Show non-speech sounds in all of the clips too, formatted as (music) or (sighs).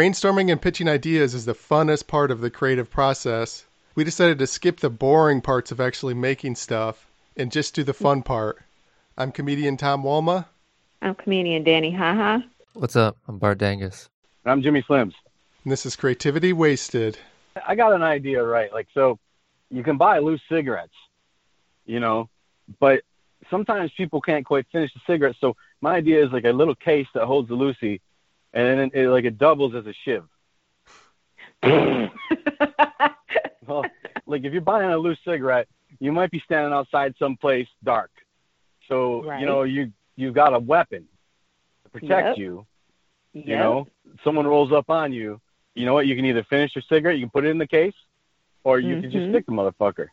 Brainstorming and pitching ideas is the funnest part of the creative process. We decided to skip the boring parts of actually making stuff and just do the fun part. I'm comedian Tom Walma. I'm comedian Danny (laughs) Haha. What's up? I'm Bart Dangus. And I'm Jimmy Flims. And this is Creativity Wasted. I got an idea, right? Like, so you can buy loose cigarettes, you know, but sometimes people can't quite finish the cigarette. So my idea is like a little case that holds the loosey, and then it, like it doubles as a shiv. (laughs) well, like if you're buying a loose cigarette, you might be standing outside someplace dark. So Right. you know you you've got a weapon to protect Yep. you. You know, someone rolls up on you. You know what? You can either finish your cigarette, you can put it in the case, or you can just Mhm. stick the motherfucker.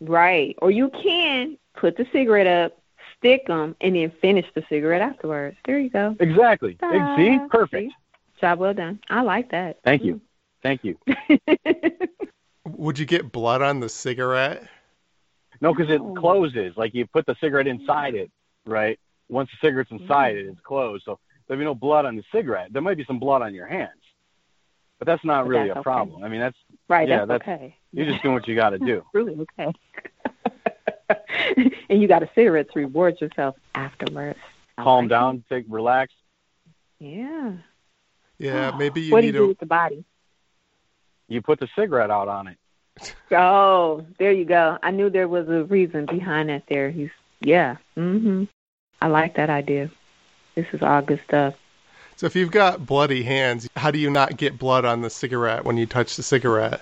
Right. Or you can put the cigarette up, stick 'em, and then finish the cigarette afterwards. There you go. Exactly. Ex- See, Ah, perfect. see? Job well done. I like that. Thank you. Thank you. Would you get blood on the cigarette? No, because it No. closes. Like you put the cigarette inside it, right? Once the cigarette's inside Mm-hmm. it, it's closed. So there'll be no blood on the cigarette. There might be some blood on your hands, but that's not But really that's a okay. problem. I mean, that's (laughs) right. Yeah, that's, that's- okay. you're just doing what you got to do. (laughs) really okay. (laughs) and you got a cigarette to reward yourself afterwards. I Calm like down, take relax. it. Yeah. (gasps) Yeah, maybe you what need do you do to. with the body? You put the cigarette out on it. Oh, there you go. I knew there was a reason behind that. There, he's yeah. Mhm. I like that idea. This is all good stuff. So if you've got bloody hands, how do you not get blood on the cigarette when you touch the cigarette?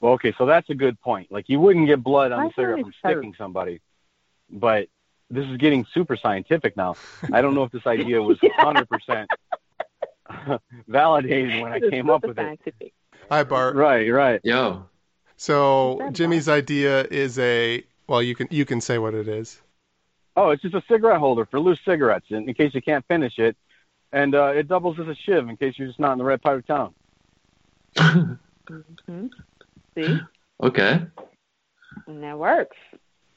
Well, okay, so that's a good point. Like you wouldn't get blood on I the thought cigarette from it hurt. sticking somebody, but this is getting super scientific now. I don't know if this idea was 100% validated when I This is came up super with it. scientific. Hi, Bart. Right, right. Yo. So What's that, Bart? Jimmy's idea is a well, you can you can say what it is. Oh, it's just a cigarette holder for loose cigarettes in, in case you can't finish it. And uh, it doubles as a shiv in case you're just not in the right part of town. Mhm. See, okay. and that works.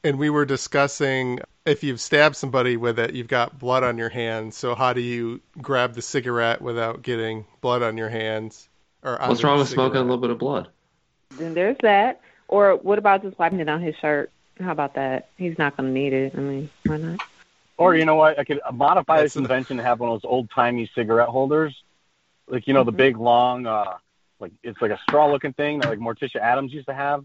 And we were discussing if you've stabbed somebody with it, you've got blood on your hands. So how do you grab the cigarette without getting blood on your hands? Or on What's the wrong with cigarette? smoking a little bit of blood? Then there's that. Or what about just wiping it on his shirt? How about that? He's not gonna need it. I mean, why not? (laughs) Or Mm-hmm. you know what? I could modify That's this an- invention to have one of those old timey cigarette holders, like you know the Mhm. big long, uh, like it's like a straw looking thing that like Morticia Adams used to have.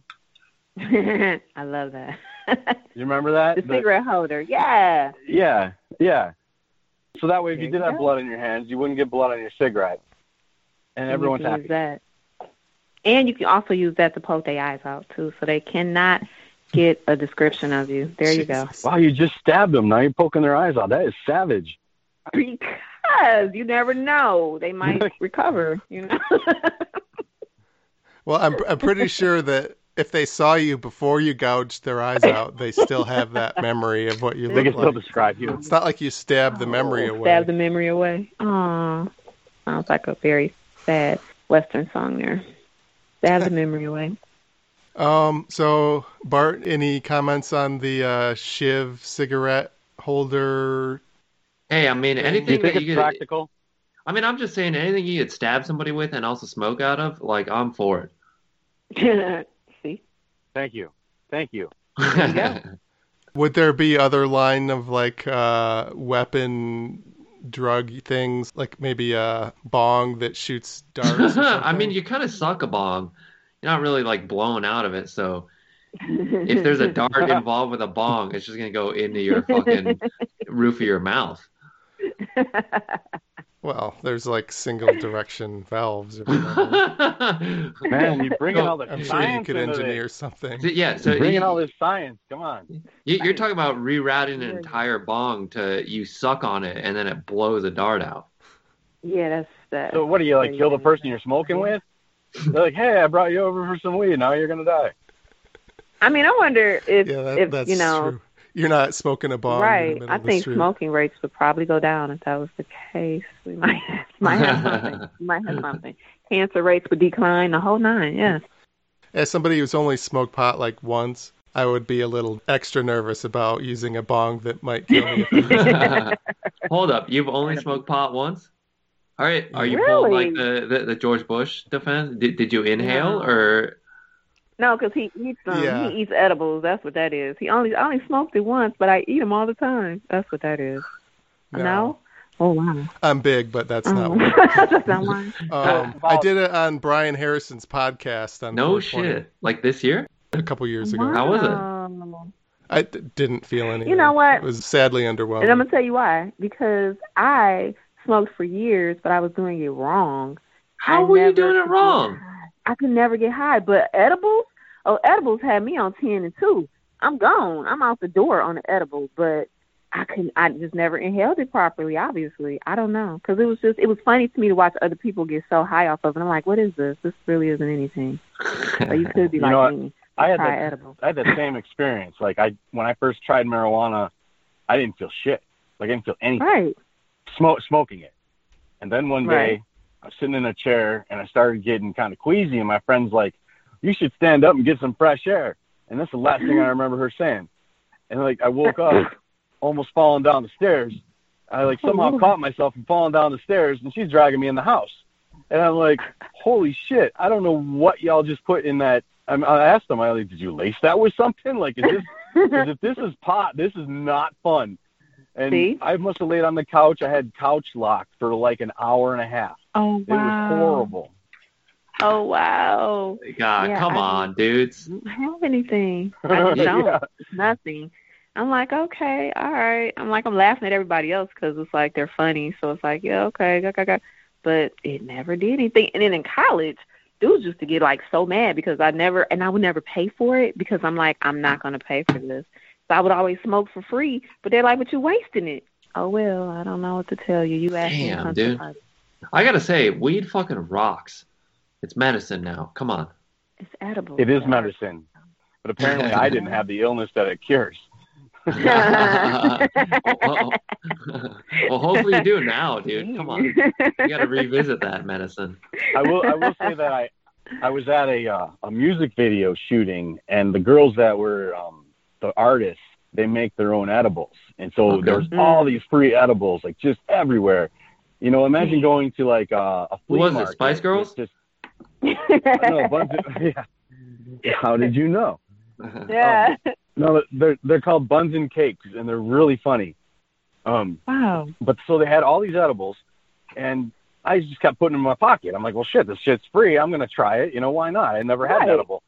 I love that. (laughs) the You remember that? The- cigarette holder. Yeah. Yeah, yeah. So that way, if you There did you have go. blood on your hands, you wouldn't get blood on your cigarette, and And everyone's you can use happy. that. And you can also use that to poke their eyes out too, so they cannot get a description of you. There (laughs) you go. (laughs) Jesus. Wow, you just stabbed them. Now you're poking their eyes out. That is savage. Because you never know, they might (laughs) recover. You know. Well, I'm I'm pretty sure that if they saw you before you gouged their eyes out, they still have that memory of what you They look can like. still describe you. It's not like you stabbed the memory Oh, away. Stab the memory away. Aw, sounds like a very sad Western song there. (laughs) Stab the memory away. Um, so Bart, any comments on the uh, Shiv cigarette holder? Hey, I mean, Do you anything think that it's you could. practical? I mean, I'm just saying, anything you could stab somebody with and also smoke out of, like, I'm for See, Thank you. Thank you. go. it. Would there be other line of like uh, weapon drug things, like maybe a bong that shoots darts? or (laughs) I mean, something? you kind of suck a bong. You're not really, like, blown out of it. So if there's a (laughs) dart involved with a bong, it's just going to go into your fucking roof of your (laughs) mouth. well, there's like single direction valves. Or (laughs) whatever. (laughs) Man, you're bringing No, all the I'm sure science you could into engineer This. something. yeah, so bringing you- all this science. Come on. You, you're talking about rerouting Yeah. an entire bong to you suck on it and then it blows a dart out. (laughs) yeah, that's that. So what do you like? Yeah, Kill the yeah, person yeah. you're smoking with? They're like, hey, I brought you over for some weed. Now you're gonna die. I mean, I wonder if Yeah, that, if that's you know. true. You're not smoking a bong. In the Right. middle I of the think street. smoking rates would probably go down if that was the case. We might (laughs) might have something. We might have (laughs) something. Cancer rates would decline. The whole nine. Yeah. As somebody who's only smoked pot like once, I would be a little extra nervous about using a (laughs) bong that might kill me. (laughs) Hold up, you've only smoked pot once? All right. Are you pulling like the, the, the George Bush defense? Did, did you inhale No. or No, because he eats them. Yeah. He eats edibles. That's what that is. He only I only smoked it once, but I eat them all the time. That's what that is. No. Oh wow. I'm big, but that's not (laughs) Oh. one. That's not one. Um, I did it on Brian Harrison's podcast on Uh, 420 no shit? Like this year? a couple years ago. How was it? Wow. I d- didn't feel anything. You know what? It was sadly And I'm underwhelming. gonna tell you why. Because I smoked for years, but I was doing it wrong. How I were never you doing could it get wrong? high. I could never get high, but edibles. Oh, edibles had me on ten and two. I'm gone. I'm out the door on the edible, but I couldn't. I just never inhaled it properly. Obviously, I don't know because it was just. It was funny to me to watch other people get so high off of it. I'm like, what is this? This really isn't anything. But you could be You like know what? me. I had try that (laughs) edible. I had that same experience. Like I when I first tried marijuana, I didn't feel shit. Like I didn't feel anything. Right. (laughs) Smoke smoking it. And then one day Right. I was sitting in a chair and I started getting kind of queasy and my friend's like, You should stand up and get some fresh air and that's the last thing I remember her saying. And like I woke up almost falling down the stairs. I like somehow Lord. caught myself from falling down the stairs and she's dragging me in the house. And I'm like, holy shit, I don't know what y'all just put in that. I, mean, I asked them, I like, did you lace that with something? Like, is this, cause if this is pot, this is not fun. And See? I must have laid on the couch. I had couch locked for like an hour and a half. oh It was horrible. Oh wow. (laughs) God, Yeah, come I- on, dudes. don't have anything. I just don't. (laughs) Yeah. Nothing. I'm like, okay, all right. I'm like, I'm laughing at everybody else because it's like they're funny. So it's like, yeah, okay, go, go, go. But it never did anything. And then in college, dudes used to get like so mad because I never, and I would never pay for it because I'm like, I'm not going to pay for this. So I would always smoke for free. But they're like, but you're wasting it. Oh, well, I don't know what to tell you. You asked me. to Damn, come to dude. party. I gotta say, weed fucking rocks. It's medicine now. (laughs) Come on. (laughs) It's edible. It is medicine. But apparently I didn't have the illness that it cures. well, well, hopefully you do now, dude. (laughs) Come on. You gotta revisit that medicine. I will. I will say that I, I was at a uh, a music video shooting, and the girls that were um, the artists, they make their own edibles, and so Okay. there was Mm. all these free edibles like just everywhere. You know, imagine going to like uh, a flea was it, market. Spice Girls? It's Just no, a bunch of, (laughs) yeah. How did you know? yeah. No, they're they're called buns and cakes, and they're really funny. Um, Wow. but so they had all these edibles, and I just kept putting them in my pocket. I'm like, well, shit, this shit's free. I'm gonna try it. You know, why not? I never had Right. an edible.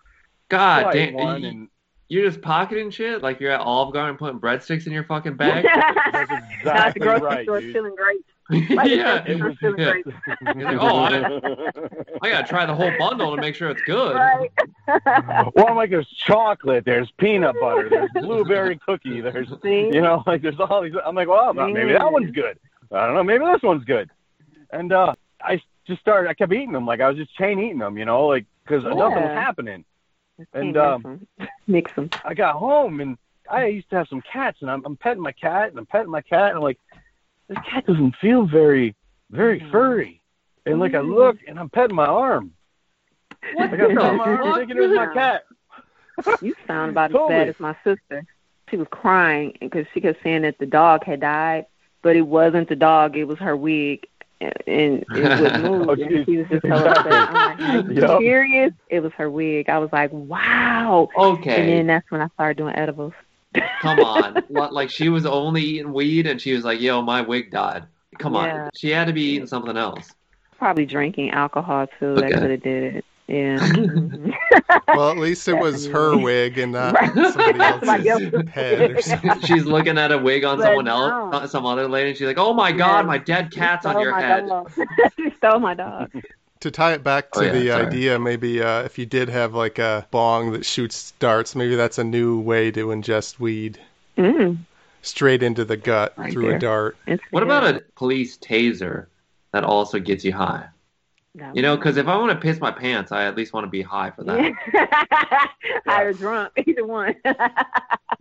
God Well, I ate Ah, damn. one, you- and You're just pocketing shit? Like you're at Olive Garden putting breadsticks in your (laughs) fucking bag? that's Not the exactly grocery right, store dude. (laughs) feeling great. Why the (laughs) (laughs) yeah. grocery it store was- feeling yeah. great? like, oh, I gotta try the whole bundle to make sure it's good. (laughs) Right. well, I'm like, there's chocolate, there's peanut butter, there's blueberry cookie, there's See? you know, like there's all these. I'm like, well, maybe that one's good. I don't know, maybe this one's good. And uh, I just started. I kept eating them, like I was just chain eating them, you know, like because nothing was Yeah. happening. Can't And mix um, 'em. mix them. I got home and I used to have some cats and I'm, I'm petting my cat and I'm petting my cat and I'm like, this cat doesn't feel very, very Mhm. furry. And like I Mm-hmm. look and I'm petting my arm. What Like I'm petting my arm fuck? thinking it was Yeah. my cat. You sound about as Totally. bad as my sister. She was crying because she kept saying that the dog had died, but it wasn't the dog; it was her wig, and, and it (laughs) would move. Oh, and geez. she was just so upset. I'm like, "Are you Yup. serious? It was her wig. I was like, wow. And Okay, then that's when I started doing edibles. (laughs) come on. Li- Like she was only eating weed and she was like, yo, my wig died. Come on. Yeah. She had to be eating something else. (laughs) (laughs) Probably drinking alcohol too. That Okay. could have did it. (laughs) Yeah. Mhm. well, at least it was her wig and not Right. (laughs) somebody Somebody else's else's head or something. she's looking at a wig on But someone no. else, uh, some other lady, and she's like, "Oh my god, Yeah. my dead cat's She on stole your my head." dog. (laughs) she stole my (laughs) dog. To tie it back to Oh, yeah, the sorry. idea, maybe uh, if you did have like a bong that shoots darts, maybe that's a new way to ingest weed Mm. straight into the gut Right through a there. dart. What about a police taser that also gets you high? You know, because if I want to piss my pants, I at least want to be high for that. (laughs) High or drunk, (laughs) either (laughs) one.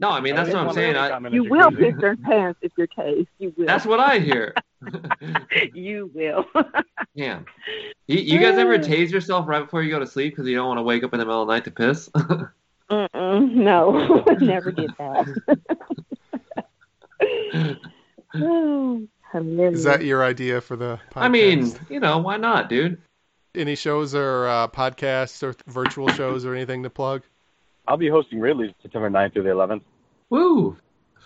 No, I mean that's what I'm saying. I, you will piss your pants if you're tased. You will. that's what I hear. (laughs) you will. Damn. You, you guys ever tase yourself right before you go to sleep because you don't want to wake up in the middle of the night to piss? (laughs) Mm-mm, no, (laughs) (laughs) never did that. (sighs) hilarious. Is that your idea for the podcast? I mean, you know, why not, dude? any shows or uh, podcasts or virtual shows or anything to plug? I'll be hosting Ridley's September 9th through the 11th. Woo!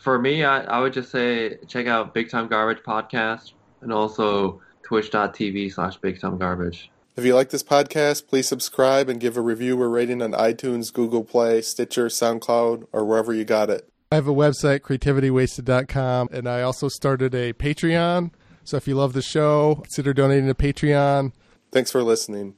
For me, I, I would just say check out Big Time Garbage podcast and also twitch.tv slash Big Time Garbage. If you like this podcast, please subscribe and give a review or rating on iTunes, Google Play, Stitcher, SoundCloud, or wherever you got it. I have a website, creativitywasted.com, and I also started a Patreon. So if you love the show, consider donating to Patreon. Thanks for listening.